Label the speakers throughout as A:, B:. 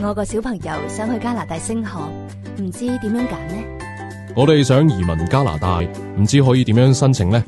A: 我個小朋友想去加拿大升學，唔知點樣揀呢？
B: 我哋想移民加拿大，唔知可以點樣申請呢？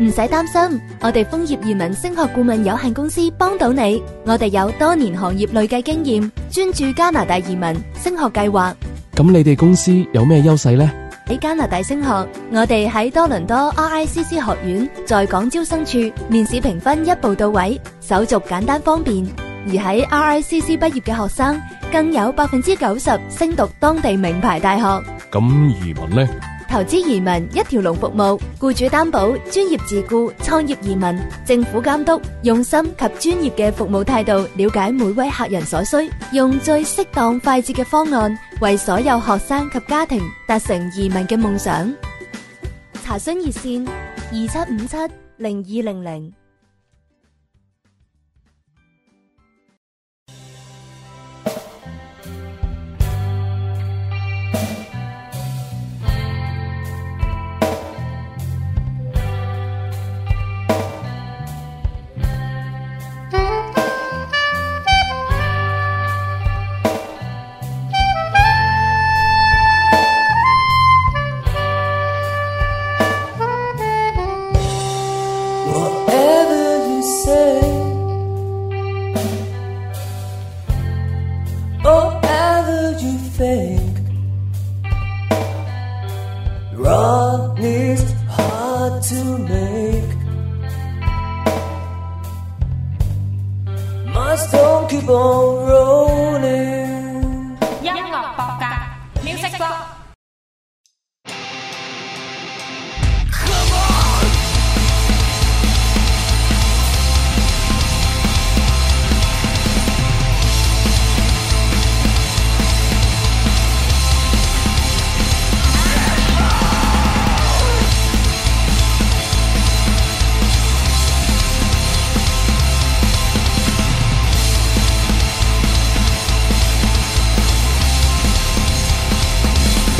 A: 唔使擔心，我哋楓葉移民升學顧問有限公司幫到你。我哋有多年行業累計經驗，專注加拿大移民升學計劃。
B: 咁你哋公司有咩優勢呢？
A: 喺加拿大升學，我哋喺多倫多 RICC 學院在港招生處面試評分一步到位，手續簡單方便。而喺 RICC 畢業嘅學生，更有百分之九十升讀當地名牌大學。
B: 咁移民呢？
A: 投資移民一條龍服務，僱主擔保、專業自雇、創業移民、政府監督，用心及專業嘅服務態度，了解每位客人所需，用最適當快捷嘅方案，為所有學生及家庭達成移民嘅夢想。查詢熱線：二七五七零二零零。
C: Whatever you say, or ever you think, wrong is hard to make. My stone keep on rolling.
D: 音樂博格 Music Blog。
C: Whatever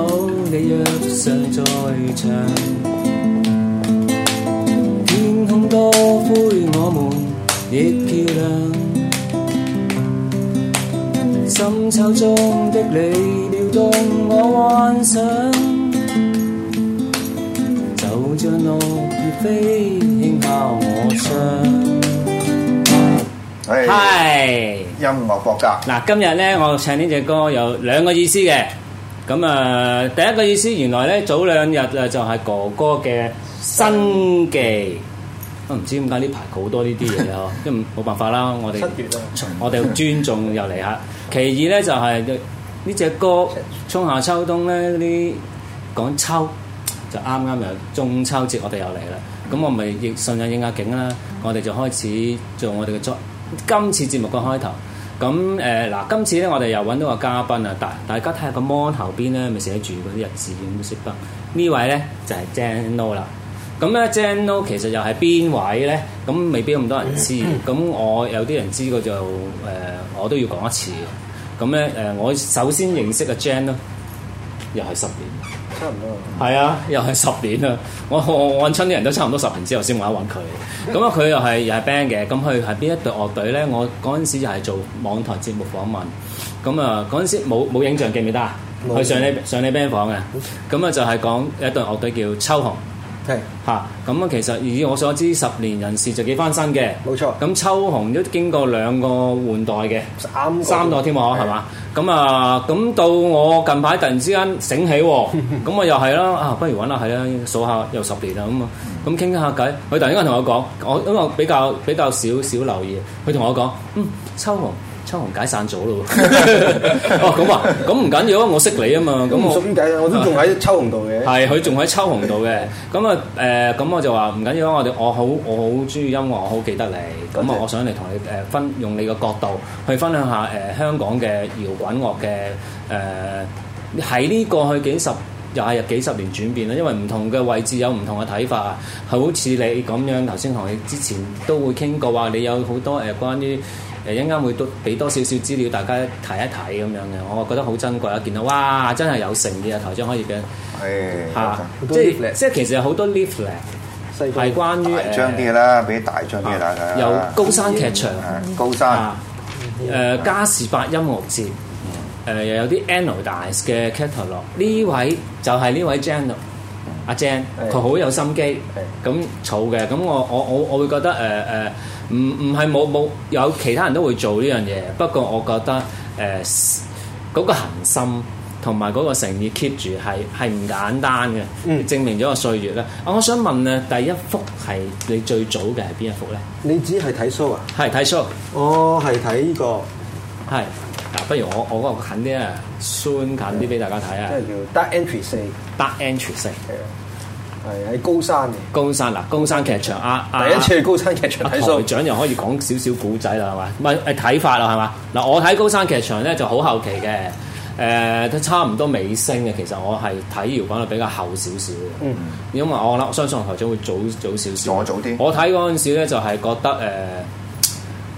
E: 常在場，天空多灰，我們亦漂亮。深秋中的你，撩動我幻想，就像六月飛，輕敲我窗。
C: 唉，
F: 係
C: 音樂博格，
F: 嗱，今日咧我唱呢只歌有兩個意思嘅。咁啊、呃第一個意思原來咧早兩日啊就係哥哥嘅新技。我唔知點解呢排好多呢啲嘢啊嗬，因為冇辦法啦，我哋我哋尊重又嚟下。其二咧就係呢只歌春夏秋冬咧嗰啲講秋，就啱啱又中秋節，我哋又嚟啦。咁我咪亦順應應下景啦，我哋就開始做我哋嘅作今次節目嘅開頭。咁誒嗱，今次咧我哋又揾到個嘉賓啊，大大家睇下個 mon 後邊咧，咪寫住嗰啲日子咁識得。呢位咧就係 Jan Lo 啦。咁咧 Jan Lo 其實又係邊位咧？咁未必咁多人知。咁我有啲人知過就誒、我都要講一次嘅。咁咧誒，我首先認識嘅 Jan 咯，又係十年。
C: 差唔多。
F: 係啊，又係十年啦！我我我揾親啲人都差唔多十年之後先揾一揾 佢。咁啊，佢又係又係 band 嘅。咁佢係邊一隊樂隊咧？我嗰陣時又係做網台節目訪問。咁啊，嗰陣時冇冇影像記唔記得啊？佢上你上你 band 房嘅。咁啊，就係講一隊樂隊叫秋紅。
C: 係
F: 嚇，咁啊，其實以我所知，十年人士就幾翻身嘅。
C: 冇錯
F: 咁秋紅都經過兩個換代嘅。
C: 三個
F: 三代添喎，係嘛？咁啊，咁到我近排突然之間醒起 喎，咁我又係啦，啊，不如揾下係啦，數下又十年啦，咁啊，咁傾下偈。佢突然間同我講，我因為我比較比較少少留意，佢同我講，嗯，秋紅。秋紅解散咗咯 喎，哦咁啊，咁唔緊要啊，我識你啊嘛，咁
C: 咁唔
F: 我
C: 熟點解啊？我都仲喺秋紅度嘅。
F: 係，佢仲喺秋紅度嘅。咁啊誒，呃咁、我就話唔緊要啦，我哋我好我好中意音樂，我好記得你。咁
C: 多
F: 啊
C: 謝，
F: 我想嚟同你誒分用你個角度去分享下誒、呃香港嘅搖滾樂嘅誒喺呢過去幾十。又係幾十年轉變啦，因為唔同嘅位置有唔同嘅睇法，好似你咁樣頭先同你之前都會傾過話，你有好多誒、呃、關於誒一陣間會多俾多少少資料大家睇一睇咁樣嘅，我覺得好珍貴啊！見到哇，真係有誠意啊！頭先可以嘅。
C: 係好，
F: 嚇啊即係即係其實有好多 leaflet 係關於
C: 大張啲
F: 嘅
C: 啦，俾大張啲大家。
F: 有高山劇場
C: 啊高山
F: 啊，誒加士伯音樂節，誒又有啲 Analyze 嘅 catalog，呢位就係呢位 Jan 咯阿 Jan，
C: 係
F: 佢好有心機，咁儲嘅，咁我我我我會覺得呃誒誒，唔唔係冇冇有其他人都會做呢樣嘢，不過我覺得誒嗰個恒心。同埋嗰個誠意 keep 住係係唔簡單嘅，證明咗個歲月啦。啊，我想問咧，第一幅係你最早嘅係邊一幅咧？
G: 你只係睇 show 啊？
F: 係睇 show。
G: 我係睇呢個，
F: 係，嗱，不如我我嗰個近啲啊，soon 近啲俾大家睇啊
G: 即係叫 Dark Entry 四，係
F: d a r Entry 四
G: 係喺高山嘅。
F: 高山嗱，高山劇場啊，啊
G: 第一次去高山劇場
F: 啊
G: 睇
F: 台
G: show，
F: 長又可以講少少古仔啦，係嘛？唔係誒睇法啦，係嘛？嗱，我睇高山劇場咧就好後期嘅，誒、都差唔多尾聲嘅。其實我係睇搖滾係比較後少少嘅，嗯、因為我諗我相信台長會早早少少。
C: 我早啲
F: 我睇嗰陣時咧就係覺得誒誒、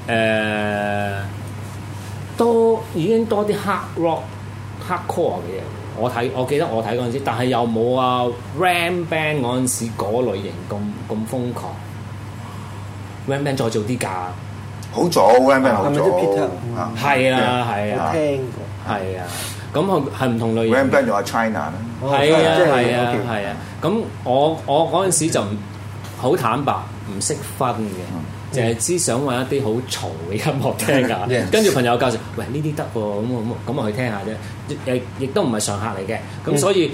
F: 呃多已經多啲 hard rock、hard core 嘅嘢。我睇，我記得我睇嗰陣時，但係又冇啊 Ram Band 嗰陣時嗰類型咁咁瘋狂。Ram Band 再做啲㗎，
C: 好早，Ramen 好
G: 係咪
C: 早
G: 啲 Peter？
C: 啊
F: 係
C: Dạ.
F: 啊係
G: 我
F: 啊
G: 聽
F: 係
G: 過。
F: 啊，咁係係唔同類型。
C: ，Ramen 仲有 China 啦，
F: 係啊
G: 即係
F: 係啊
G: OK
F: 係啊，咁我我嗰陣時就唔好坦白，唔識分嘅，淨係知想揾一啲好嘈嘅音樂聽㗎。
G: Yes
F: 跟住朋友介紹，喂呢啲得喎，咁咁咁我去聽下啫，亦亦都唔係常客嚟嘅，咁所以。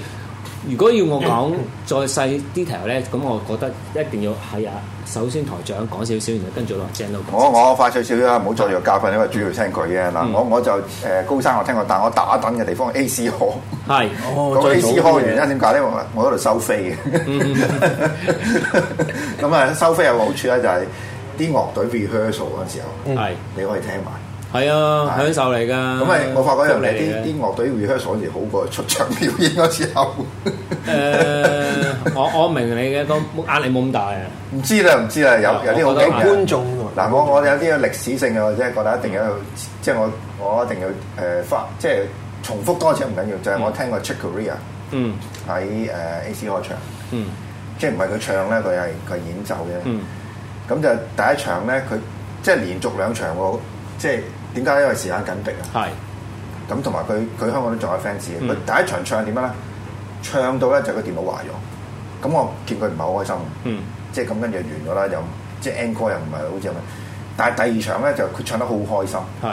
F: 如果要我講再細 detail 咧，咁我覺得一定要係啊。首先台長講少少，然後跟住落 j a n
C: 我我快脆少少啦，唔好再做教訓，因為主要聽佢嘅嗱，我我就誒高山我聽過，但我打躉嘅地方 A C 河，
F: 係
G: 哦，
C: 個
G: 最
C: A
G: 早
C: C 河嘅原因點解咧？我我喺度收飛嘅，咁啊收飛有個好處咧，就係啲樂隊 rehearsal 嗰陣時候，
F: 係
C: 你可以聽埋。
F: 係啊，享受嚟㗎。
C: 咁咪我發覺一樣嘢，
F: 福利嚟嘅
C: 啲啲樂隊 rehearsal 嗰時好過出場表演嗰時候。
F: 誒、呃我我 明你嘅，個壓力冇咁大啊。
C: 唔知啦，唔知啦，有有啲好
F: 我覺得
C: 勁嘅
G: 觀眾喎
C: 啊嗱，我我有啲歷史性嘅，我即係覺得一定要，即係我我一定要誒翻，即係重複多次唔緊要，就係我聽過 Chick Corea，
F: 嗯
C: 喺誒 AC 開場，
F: 嗯
C: 即係唔係佢唱咧，佢係佢係演奏嘅。
F: 嗯
C: 咁就第一場咧，佢即係連續兩場喎，即係點解呢？因為時間緊迫啊。
F: 係
C: 咁同埋佢佢香港都仲有 fans 嘅。佢、
F: 嗯
C: 第一場唱點樣咧？唱到咧就個電腦壞咗。咁我見佢唔係好開心，
F: 嗯
C: 即係咁跟住完咗啦，又即係 encore 又唔係好似咁。但係第二場咧就佢唱得好開心，
F: 係，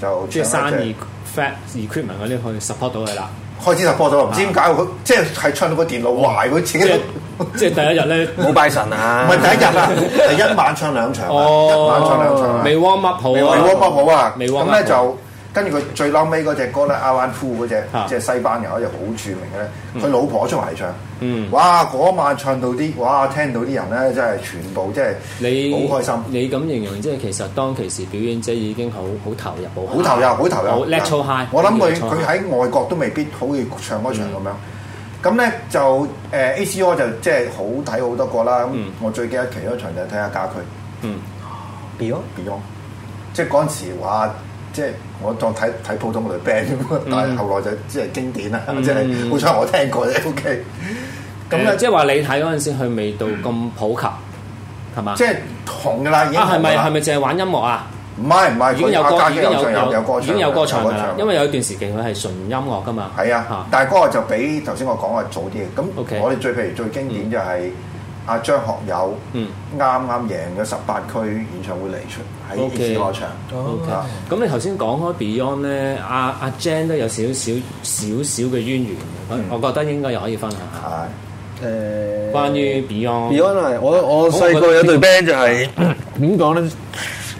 C: 就
F: 即係
C: 唱得
F: 生意 fat equipment 嗰啲可以 support 到 佢啦。
C: 開始突破咗，唔知點解佢即係係唱到個電腦壞，佢自
F: 啊即
C: 己
F: 係
C: 都。
F: 即係第一日咧，
G: 冇拜神啊！
C: 唔係第一 日啦，第一晚唱兩場啊，一晚唱兩場
F: 哦
C: 啊，，
F: 未 warm up 好啊，
C: 未 warm up 好啊，
F: 未 warm
C: 咁
F: up
C: 咧就跟住佢最嬲尾嗰只歌咧，Awan Fu 嗰只
F: 啊
C: 即係西班牙嗰隻好著名嘅咧，佢老婆出埋嚟唱，
F: 嗯
C: 哇！嗰晚唱到啲，哇！聽到啲人咧真係全部即係
F: 你
C: 好開心，
F: 你咁形容，即係其實當其時表演者已經好好啊投入，
C: 好投入，好投入，
F: 好 natural high 嗯
C: 我諗佢
F: natural
C: 佢喺外國都未必好似唱嗰場咁樣。咁咧就誒 ACO 就即係好睇好多個啦。咁
F: 嗯
C: 我最記得其中一場就係睇下家駒。
F: 嗯
G: Beyond
C: Beyond，即係嗰陣時話，即係我當睇睇普通女 band 咁，但係後來就即係經典啦，
F: 嗯
C: 即係好彩我聽過啫。OK，咁咧
F: 誒
C: 即
F: 即係話你睇嗰陣時，佢未到咁普及，係嘛？
C: 即係紅噶啦，已經
F: 啊，係咪係
C: 紅㗎啦
F: 咪淨係玩音樂啊？
C: 唔係唔係，
F: 已經有
C: 佢
F: 歌，
C: 家
F: 已
C: 姐
F: 經有
C: 唱有有歌
F: 已經有歌唱㗎啦。因
C: 為
F: 為有一段時期佢係純音樂㗎嘛。
C: 係啊，但係嗰個就比頭先我講嘅早啲嘅。
F: OK
C: 咁我哋最譬如最經典就係阿張學友
F: 嗯
C: 啱啱贏咗十八區演唱會嚟出喺
F: OK
C: A 歌場。
G: 哦
F: OK，
C: 啊
F: 咁你頭先講開 Beyond 咧，阿阿 Jan 都有少少少少嘅淵源嘅，我
C: 嗯
F: 我覺得應該又可以分享下
C: 係
G: 誒，
F: 關於 Beyond。
G: Beyond 係我我細個有隊 band 就係點講咧？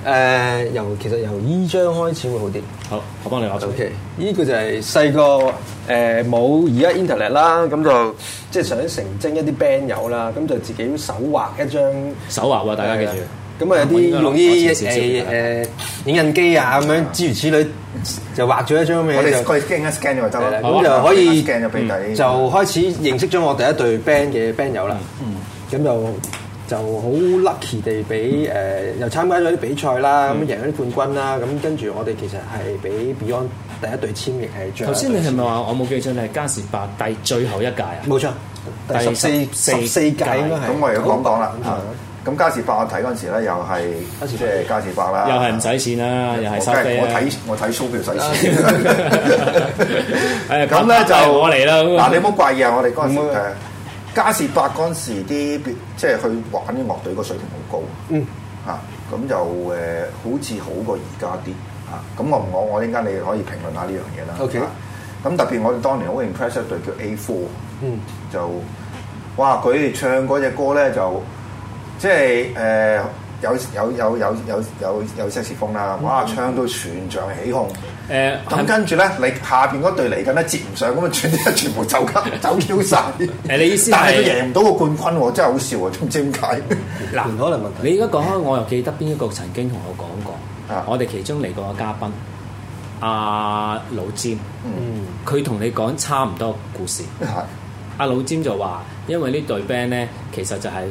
G: 誒，由其實由依張開始會好啲。
F: 好，我幫你攞咗。
G: OK，呢個就係細個誒冇而家 internet 啦，咁就即係想成精一啲 band 友啦，咁就自己手畫一張。
F: 手畫喎，大家記住。
G: 咁啊，有啲用啲
F: 少少
G: 誒誒影印機啊咁樣諸如此類，就畫咗一張咩
C: 我哋
G: 就
C: 佢 scan 一 scan 就得
G: 係啦
C: 啦，
G: 咁就可以
C: scan 就俾
F: 嗯
C: 你
G: 就開始認識咗我第一隊 band 嘅 band 友啦。
F: 嗯
G: 咁就就好 lucky 地俾誒、呃又參加咗啲比賽啦，
F: 嗯
G: 咁、贏咗啲冠軍啦。咁跟住我哋其實係俾 Beyond 第一隊簽亦係最後
F: 頭
G: 一
F: 先
G: 隊
F: 你係咪話我冇記錯？你係加士伯第最後一屆啊？
G: 冇錯，第十四
F: 第
G: 十四屆應該係。
C: 咁我又講講啦
G: 咁
C: 嚇
G: 上下。
C: 咁加士伯我睇嗰陣時咧，又係
G: 加士
C: 即
G: 伯
C: 係加士伯啦，
F: 啊又係唔使錢啦，又係收
C: 啊
F: 啊
C: 我梗係我
F: 費啦。
C: 睇我睇 show 票
F: 誒
C: 使錢。咁
F: 拍
C: 咧
F: 拍
C: 就
F: 我嚟啦咁
C: 嗱，你唔好怪意啊！我哋嗰陣時
G: 唔會
C: 誒加士伯嗰陣時啲即係去玩啲樂隊個水平好高。
G: 嗯。
C: 嚇，咁就誒好似好過而家啲嚇。咁我唔講，我一陣間你可以評論下呢樣嘢啦。
G: OK
C: 嚇咁特別我哋當年好 impress 一隊叫 A Four。
G: 嗯，
C: 就哇佢哋唱嗰只歌咧就即係誒、呃有有有有有有有 s e 風啦，哇唱到全場起哄，
F: 誒
C: 咁
F: 係
C: 跟住咧你下邊嗰隊嚟緊咧接唔上咁啊，全全 部走卡走 Q 晒。
F: 誒你意思係
C: 但係佢贏唔到個冠軍喎，真係好笑喎，都唔知點解。
F: 嗱
C: 嗯
G: 可能問題。
F: 你而家講開，我又記得邊一個曾經同我講過
C: 啊，
F: 我哋其中嚟過嘅嘉賓阿老詹，
G: 嗯，
F: 佢同你講差唔多故事。
C: 係
F: 阿老詹就話，因為呢隊 band 咧，其實就係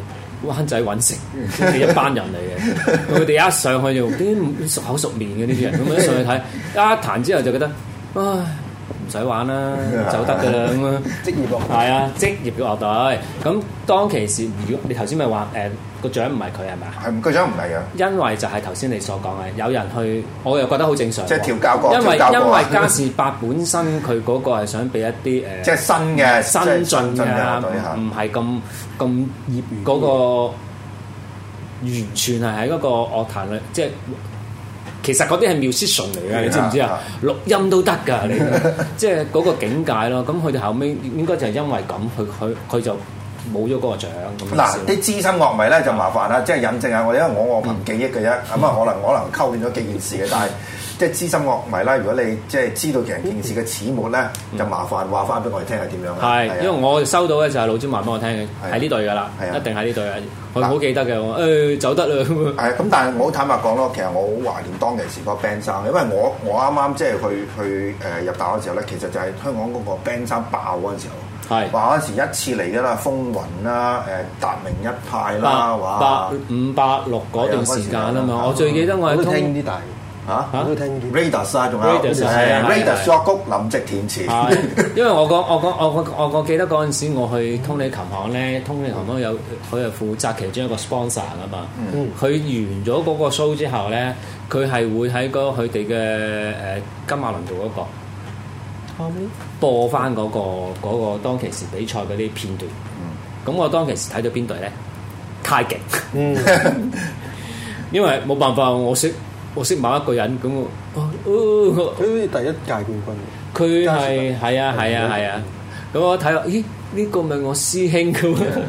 F: 灣仔 揾食嘅一班人嚟嘅。佢哋一上去就啲熟口熟面嘅呢啲人，咁樣一上去睇，一彈之後就覺得，唉，唔使玩啦，走得㗎啦咁樣。
G: 職業樂
F: 係啊，職業嘅樂隊。咁當其時，如果你頭先咪話誒個獎唔係佢係咪啊？
C: 係唔佢想唔係啊？
F: 因為就係頭先你所講嘅，有人去，我又覺得好正常喎。
C: 即係調教過
F: 因為
C: 調教過啊
F: 因為嘉士伯本身佢嗰個係想俾一啲誒。
C: 即係新嘅
F: 新
C: 即係
F: 進嗯
C: 新嘅
F: 㗎
C: 樂隊嚇，
F: 啊
C: 嗯
F: 唔係咁咁業餘嗰個完全係喺嗰個樂壇裏，即係其實嗰啲係 musician 嚟
C: 係啊
F: 嘅，你知唔知啊？錄音都得㗎，你 即係嗰個境界咯。咁佢哋後尾應該就係因為咁，佢佢佢就冇咗嗰個獎咁
C: 嗱，
F: 樣
C: 啲
F: 先。
C: 資深樂迷咧就麻煩啦，即係引證下我，因為我我憑記憶嘅啫，咁啊可能可能溝亂咗幾件事嘅，但係即係資深樂迷啦，如果你即係知道其實件事嘅始末咧，就麻煩話翻俾我哋聽係點樣啦。
F: 嗯係，因為
C: 啊
F: 我收到嘅就係老詹話俾我聽嘅，
C: 係
F: 喺呢隊㗎啦
C: 係，啊
F: 一定喺呢隊啊！我
C: 嗱
F: 好記得嘅，我誒走得啦咁樣。
C: 係咁，但係我好坦白講咯，其實我好懷念當其時嗰個 band 衫，因為我我啱啱即係去去呃誒入大學嘅時候咧，其實就係香港嗰個 band 衫爆嗰陣時候，
F: 係
C: 話嗰陣時一次嚟㗎啦，風雲啦，誒達明一派啦，
F: 八
C: 哇
F: 八！五八六嗰段時間啊
C: 係啊嗰時
F: 嘛，
C: 啊
F: 我最記得我
G: 我
F: 係
G: 都
F: 通
G: 聽啲大。
C: 嚇
G: 我都聽見。
C: 啊 Raiders 啊，仲有
F: Raiders 啊係啊
C: Raiders
F: 係
C: 作曲林夕填詞，
F: 係， 因為我講我講我我我我記得嗰陣時我去通利琴行咧，通利琴行有佢係負責其中一個 sponsor 噶嘛。佢、完咗嗰個 show 之後咧，佢係會喺嗰佢哋嘅誒呃金馬倫道嗰、個播翻嗰、個嗰、個當其時比賽嗰啲片段。咁、我當其時睇到邊隊咧？太極。
G: 嗯，
F: 因為冇辦法，我識我識某一個人咁我。哦哦
G: 佢好似第一屆冠軍，
F: 佢
G: 加時
F: 係係啊係啊係啊，咁我睇落，咦呢個咪我師兄咁啊！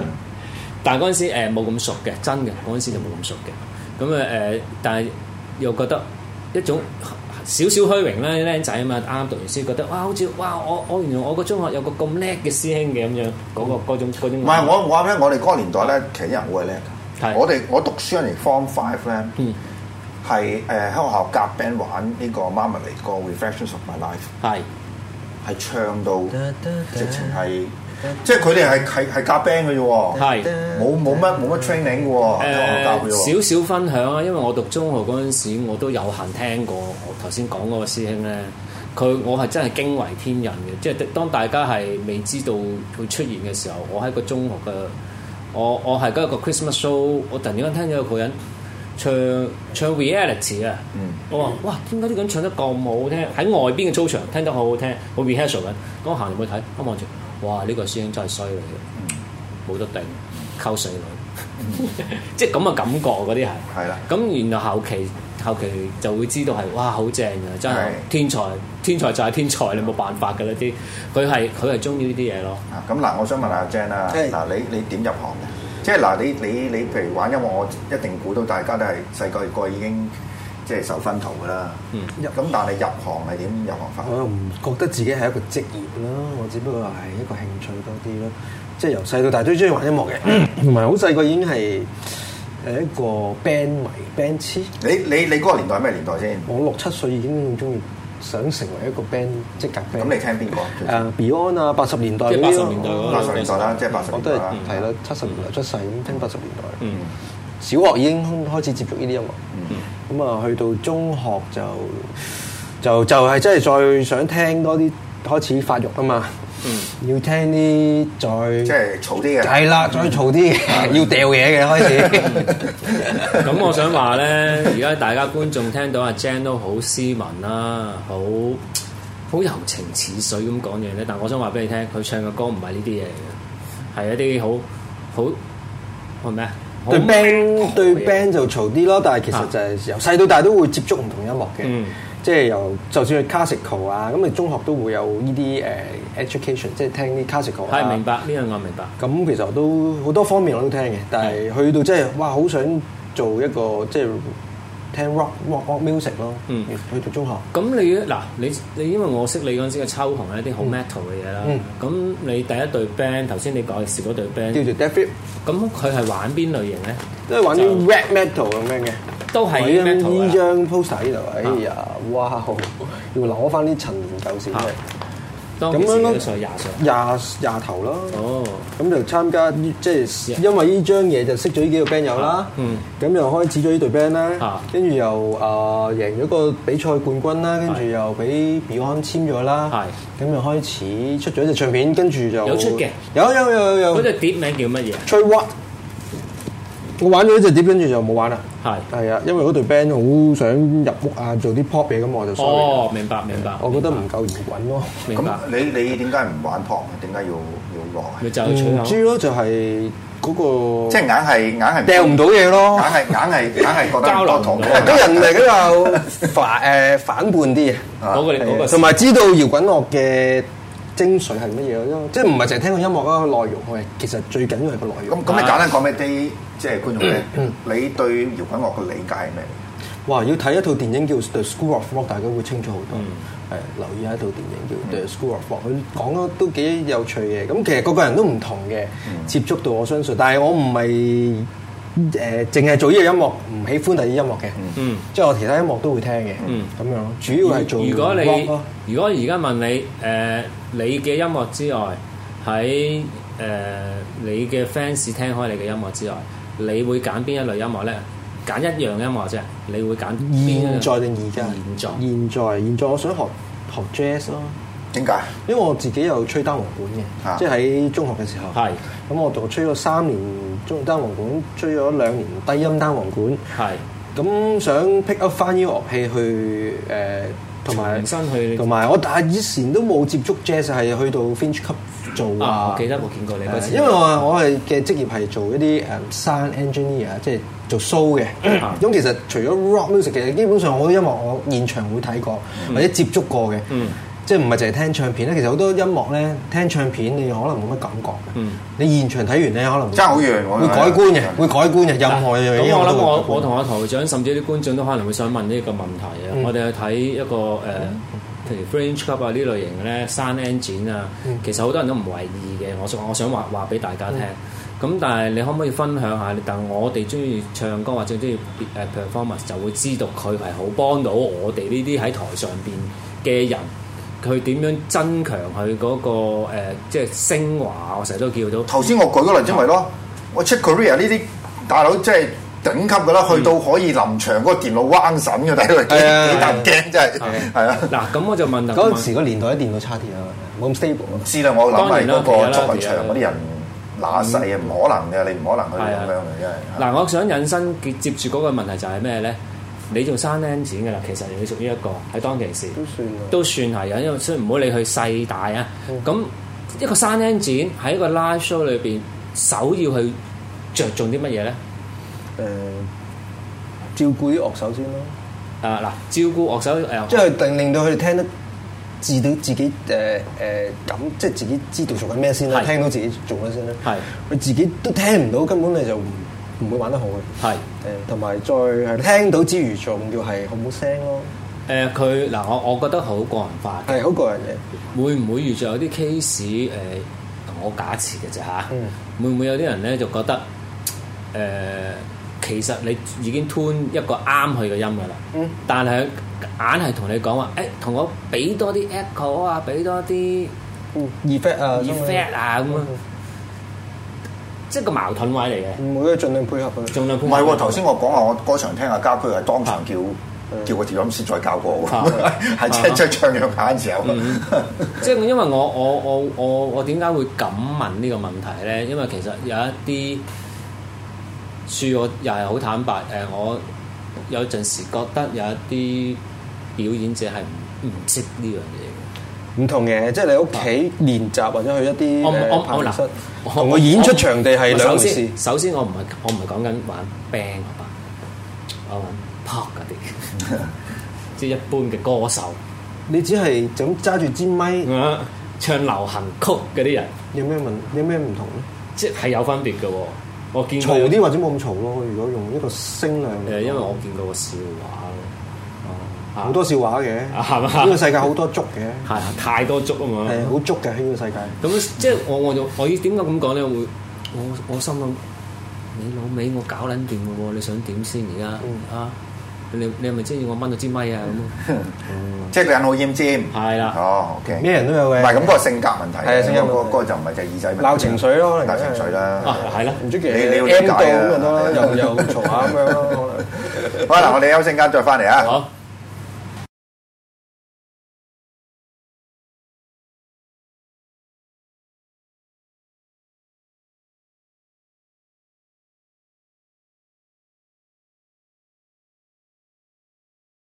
F: 但係嗰陣時誒冇咁熟嘅，真嘅嗰陣時就冇咁熟嘅。咁啊誒，但係又覺得一種少少虛榮啦，僆仔啊嘛，啱啱讀完書覺得哇，好似哇我我原來我個中學有個咁叻嘅師兄嘅咁樣，嗰、個嗰種嗰 種
C: 唔係我我話咧，我哋嗰個年代咧，其實人會叻
F: 係
C: 嘅。我哋我讀書嗰年 Form Five 咧
F: 嗯，
C: 係誒呃喺學校夾 band 玩呢個 Marmalade 個 Reflections of My Life。
F: 係
C: 係唱到直情係，即係佢哋係係係夾 band 嘅啫喎，
F: 係。
C: 冇冇乜冇乜 training 嘅喎，喺學哦校教嘅
F: 誒
C: 啫喎。
F: 少呃少分享啊，因為我讀中學嗰陣時，我都有幸聽過我頭先講嗰個師兄咧，佢我係真係驚為天人嘅，即係當大家係未知道會出現嘅時候，我喺個中學嘅，我我係嗰一個 Christmas show，我突然間聽咗有個人唱唱 reality 啊，我話哇點解呢個人唱得咁好聽？喺外邊嘅操場聽得好好聽，我 rehearsal 緊，咁我行入去睇，我望住，哇呢、個師兄真係衰嚟嘅，冇得頂，溝死女。 即係咁嘅感覺嗰啲係。
C: 係啦。
F: 咁然後後期後期就會知道係哇好正嘅，真係
C: 係
F: 天才，天才就係天才，你冇辦法㗎啦啲。佢係佢係中意呢啲嘢咯。
C: 啊咁嗱，我想問下 Jan 啦，
G: 係
C: 嗱你你點入行嘅？即係嗱，你你你譬如玩音樂，我一定估到大家都係細個個已經即係受薰陶㗎啦。
F: 嗯
C: 咁但係入行係點入行法？
G: 我又唔覺得自己係一個職業啦，我只不過係一個興趣多啲啦。即係由細到大都中意玩音樂嘅，同埋好細個已經係誒一個 band 迷 band 痴。
C: 你你你嗰個年代係咩年代先？
G: 我六七歲已經中意想成為一個 band 即係夾 band。
C: 咁你聽邊個？
G: 誒、Beyond 啊，八十年代
F: 即係
G: 嗰啲
F: 80
G: 咯
F: 年代嗰
C: 八十年代啦，即係八十
G: 我
C: 年
G: 都
C: 代
G: 係
C: 啦。
G: 係啦，七十年代出世咁聽八十年代。
F: 嗯，
G: 小學已經開始接觸呢啲音樂。咁啊、去到中學就就就係真係再想聽多啲，開始發育啊嘛。要聽啲再
C: 即係嘈啲嘅。
G: 係啦，再嘈啲嘅，要掉嘢嘅開 始。
F: 咁我想話咧，而家大家觀眾聽到阿 Jan 都好斯文啦，好好柔情似水咁講嘢咧。但我想話俾你聽，佢唱嘅歌唔係呢啲嘢嚟嘅，係一啲好好好咩啊？好
G: 對 band 對
F: 嘅
G: band 就嘈啲咯，但係其實就係由細到大都會接觸唔同音樂嘅，
F: 嗯
G: 即係由就算係 classical 啊，咁你中學都會有呢啲誒 education，即係聽啲 classical
F: 係
G: 啊
F: 明。白呢樣我明白。
G: 咁其實我都好多方面我都聽嘅，但係去到真係哇，好想做一個即係聽 rock rock rock music 咯。
F: 嗯
G: 去到中學
F: 咁你嗱，你你因為我識你嗰陣時嘅秋紅係一啲好
G: 嗯
F: metal 嘅嘢啦。咁、你第一隊 band 頭先你講是嗰隊
G: 叫
F: band，
G: 做 d e a t Grip，
F: 咁佢係玩邊類型咧？
G: 都係玩
F: 就
G: 啲 rap metal 咁樣嘅。
F: 都係
G: 喂
F: metal 啊
G: 呢張 poster 呢度，哎呀，哇！要攞翻啲陳年舊事出嚟。
F: 啊當
G: 咁
F: 其時
G: 樣咯
F: 幾歲？廿歲。
G: 廿廿頭啦，
F: 哦，
G: 咁就參加呢即係因為呢張嘢就識咗呢幾個 band 友啦，
F: 嗯
G: 咁又開始咗呢隊 band 啦
F: 啊，
G: 跟住又啊贏咗個比賽冠軍啦，跟住
F: 係
G: 又俾 Beyond 簽咗啦，咁又開始出咗隻唱片，跟住就
F: 有出嘅，
G: 有有有有
F: 嗰
G: 有
F: 隻碟名叫乜嘢？啊
G: 吹 what。我玩咗呢隻碟，跟住就冇玩啦。
F: 係
G: 係啊，因為嗰隊 band 好想入屋啊，做啲 pop 嘢咁，我就 sorry 啦。
F: 哦，明白明白。
G: 我覺得唔夠搖滾咯。
F: 明白
C: 咁，你你點解唔玩 pop？點解要要 rock 啊
F: 咪就係取
G: 唔
F: 巧。
G: 知咯，就係嗰個
C: 即係硬係硬係
G: 掉唔到嘢
C: 硬
G: 咯。
C: 係硬係硬係覺得
F: 交
C: 唔
F: 流
C: 多
F: 唔
C: 糖
F: 到
C: 果
G: 咁人嚟嘅又反誒 反叛啲嘅，
F: 嗰個嗰個
G: 同埋知道搖滾樂嘅精髓係乜嘢咯，即係唔係淨係聽個音樂啊個內容，我係其實最緊要係個內容。
C: 咁咁，你簡單講俾啲即係觀眾聽，你對搖滾樂嘅理解係咩？
G: 哇！要睇一套電影叫《The School of Rock》，大家會清楚好
F: 嗯
G: 多。係留意下一套電影叫《The School of Rock》，佢講得都幾有趣嘅。咁其實個個人都唔同嘅，
F: 嗯
G: 接觸到我相信，但係我唔係誒淨係做呢個音樂，唔喜歡第啲音樂嘅。
F: 嗯，
G: 即係我其他音樂都會聽嘅。
F: 嗯
G: 咁樣咯，主要係做
F: 如果
G: rock 咯
F: 你如果而家問你誒、你嘅音樂之外，喺呃誒、你嘅 fans 聽開你嘅音樂之外，你會揀邊一類音樂咧？揀一樣音樂啫，你會揀邊一樣
G: 現在嗯定而家？
F: 現在
G: 現在，現在我想學學 jazz 咯，
C: 點解？
G: 因為我自己有吹單簧
C: 啊
G: 管嘅，即係喺中學嘅時候。
F: 係
G: 咁我就吹咗三年中單簧管，吹咗兩年低音單簧管。
F: 係
G: 咁想 pick up 翻呢個樂器去誒，同埋
F: 重新去
G: 同埋我但係以前都冇接觸 jazz，係去到 Finch Cup 做
F: 啊！
G: 啊
F: 我記。得我見過你嗰
G: 誒
F: 次，
G: 因為我我係嘅職業係做一啲誒呃 sound engineer，即係做 show 嘅。
F: 啊
G: 咁其實除咗 rock music 嘅，基本上好多音樂我現場會睇過或者接觸過嘅。
F: 嗯
G: 即係唔係淨係聽唱片咧？其實好多音樂咧，聽唱片你可能冇乜感覺嘅。
F: 嗯
G: 你現場睇完咧，可能會
C: 爭好遠喎
G: 會改觀
C: Dạ.
G: 嘅，會改觀嘅。任何樣嘢
F: 咁我諗
G: 都會
F: 我
G: 改觀
F: 我同阿台長甚至啲觀眾都可能會想問呢個問題啊！
G: 嗯
F: 我哋去睇一個誒，譬如 French Club 啊呢類型嘅咧，Sound Engine 啊，
G: 嗯
F: 其實好多人都唔為意嘅。我想我想話話俾大家聽。咁但係你可唔可以分享下？但我哋中意唱歌或者中意誒 performance 就會知道佢係好幫到我哋呢啲喺台上邊嘅人，佢點樣增強佢嗰個誒即係升華。我成日都叫到
C: 頭先我舉嗰例子咪咯，我 check Korea 呢啲大佬即係頂級噶啦，去到可以臨場嗰個電腦彎神嘅，睇嚟幾
G: 係啊
C: 幾啖驚真係
F: 係啊，
C: 係啊！
F: 嗱，咁我就問啦
G: 嗰陣時個年代啲電腦差啲啊，冇咁 stable 啊。
C: 知啦，我諗係嗰
F: 當
C: 個
F: 然啦
C: 足球場嗰啲人乸細啊，唔可能嘅，你唔可能去咁樣嘅，真係。
F: 嗱，我想引申接接住嗰個問題就係咩咧？你做生 l 展嘅啦，其實你屬於一個喺當其時
G: 都算
F: 都算係啊嘅，因為雖然唔好理佢細大啊。咁一個生 l 展喺一個 live show 裏邊，首要去着重啲乜嘢咧？
G: 誒，呃照顧啲樂手先咯，
F: 啊嗱，照顧樂手誒，
G: 即係令令到佢哋聽得自到自己誒誒感，即係自己知道做緊咩先啦，
F: 係
G: 聽到自己做緊先啦。
F: 係
G: 佢自己都聽唔到，根本你就唔唔會玩得好嘅。
F: 係
G: 誒，同埋再係聽到之餘，仲要係好冇聲咯，
F: 誒佢嗱，我我覺得好個人化嘅。
G: 係好個人嘅。
F: 會唔會遇著有啲 case 誒、我假設嘅啫嚇，
G: 嗯
F: 會唔會有啲人咧就覺得誒、呃其實你已經 tune 一個啱佢嘅音噶啦，
G: 嗯
F: 但係佢硬係同你講話，誒、同我俾多啲 echo 啊，俾多啲
G: effect 啊嗯
F: effect 啊咁啊，即係個矛盾位嚟嘅，
G: 唔會盡量配合佢。
F: 盡量
C: 唔係
G: 嗯
C: 喎，頭先我講話我嗰場聽阿家駒係當場叫
G: 啊
C: 叫個調音師再教過喎
F: 啊，
C: 係即係即係唱兩下嘅時
G: 嗯
C: 候。
F: 即係因為我我我我我點解會咁問呢個問題咧？因為其實有一啲恕我又係好坦白誒、我有陣時覺得有一啲表演者係唔唔識呢樣嘢
G: 唔同嘅，即係你屋企練習或者去一
F: 嘅。
G: 啲
F: 我唔
G: 誒
F: 我
G: 排
F: 我
G: 練
F: 嗱
G: 室，，同個演出場地係兩
F: 首
G: 回
F: 先
G: 事。
F: 首先我唔係我唔係講緊玩 band 嗰班，我玩 pop 嗰 啲，即係一般嘅歌手，
G: 你只係就咁揸住支咪，
F: 唱流行曲嗰啲人。
G: 有咩問？有咩唔同咧？
F: 即係有分別嘅喎。我見過
G: 嘈啲或者冇咁嘈咯。如果用一個聲量嚟講，
F: 誒，呃因為我見過個笑話咯。
G: 好多笑話嘅，
F: 啊係嘛
G: 呢個世界好多足嘅，
F: 係啊太多足啊嘛。
G: 係好足嘅喺呢個世界。
F: 咁即係我我就我點解咁講咧？會我我心諗你老味，我搞撚掂嘅喎，你想點先而家啊？你你係咪即係要我掹到支咪啊？咁
C: 即係個人好奄尖。
F: 係啦
C: 哦，OK。
G: 嗯啊咩人都有
C: 唔
G: 嘅，
C: 係咁嗰個性格問題嘅。
G: 係啊性格問題
C: 嗰個嗰個就唔係就係耳仔問題。
G: 鬧情緒咯可能
C: 鬧情緒啦。
F: 啊係啦，
G: 唔知其
C: 你
G: 實
C: 你要
G: M
C: 理
G: 到
C: 解啊
G: 咁樣咯，又又嘈下咁樣咯，可能。
C: 好啦，我哋休息間再翻嚟啊。
F: 好。